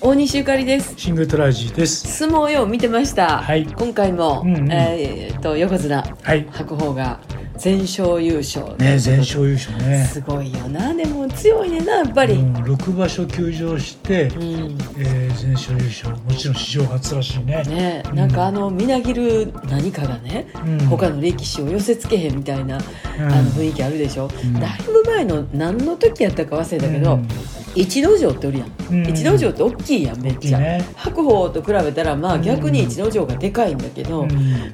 大西ゆかりですシングルトラジーです。相撲よ見てました、はい今回も、うんうんえーっと横綱はい。白鵬が全勝優勝ね全勝優勝ね。すごいよなでも強いねんなやっぱり、うん、6場所休場して、うんえー全勝優勝もちろん史上初らしいね。ねうんなんかあのみなぎる何かがね、うん他の力士を寄せつけへんみたいな、あの雰囲気あるでしょ、うんだいぶ前の何の時やったか忘れたけど、うん一之丞っておるやん、うん一之丞って大きいやんめっちゃ、大きいね白鵬と比べたらまあうん逆に一之丞がでかいんだけど、うん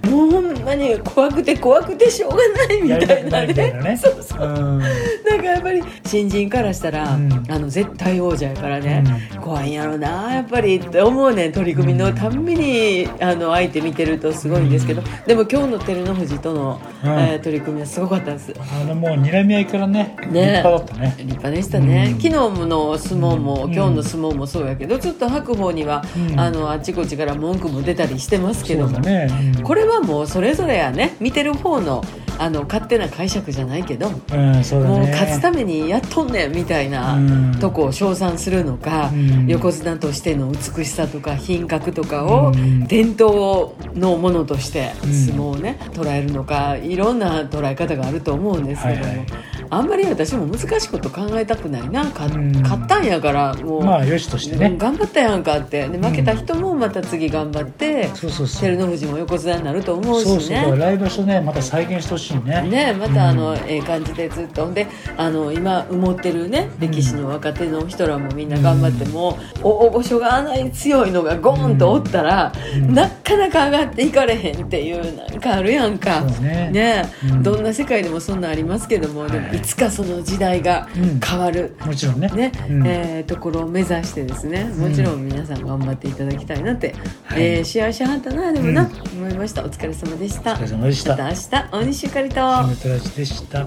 もうほんまに怖くて怖くてしょうがないみやたりたいなねくないみたいなね。 そうそううんなんかやっぱり新人からしたら、うんあの絶対王者やからね、怖いんやろなやっぱりって思うねん取り組みのたんびにあの相手見てるとすごいんですけどでも今日の照ノ富士との、うんえー取り組みはすごかったですあのもう睨み合いからね、立派だったね。立派でしたね、うん昨日の相撲も、うん今日の相撲もそうやけどちょっと白鵬には、うんあのあちこちから文句も出たりしてますけそどうも、だね。うんこれはもうそれぞれやね見てる方のあの勝手な解釈じゃないけど、うん、そうだね。もう勝つためにやっとんねんみたいなうんとこを称賛するのか、うん横綱としての美しさとか品格とかをうん伝統のものとしてうん相撲をね捉えるのかいろんな捉え方があると思うんですけども、はいはいあんまり私も難しいこと考えたくないなかうん勝ったんやからもう、まあ、よしとしてね。頑張ったやんかってで負けた人もまた次頑張って、そうそうそう。照ノ富士も横綱になると思うしね。そうそう。だから来場所ね、また再現してほしいね。ね、またあの、うんええ感じでずっとほんであの今埋もってるね歴史の若手の人らもみんな頑張っても、お大御所があんなに強いのがゴーンとおったら、うんなかなか上がっていかれへんっていうなんかあるやんか。そうねうんどんな世界でもそんなんありますけども、でもはいいつかその時代がうん変わる、もちろんね。ねうんえーところを目指してですねもちろん皆さん頑張っていただきたいなって、はいえー試合しはったなでもな、うん思いましたお疲れ様でしおた疲れ様でした。また明日大西ゆかりとシングルトラジでした。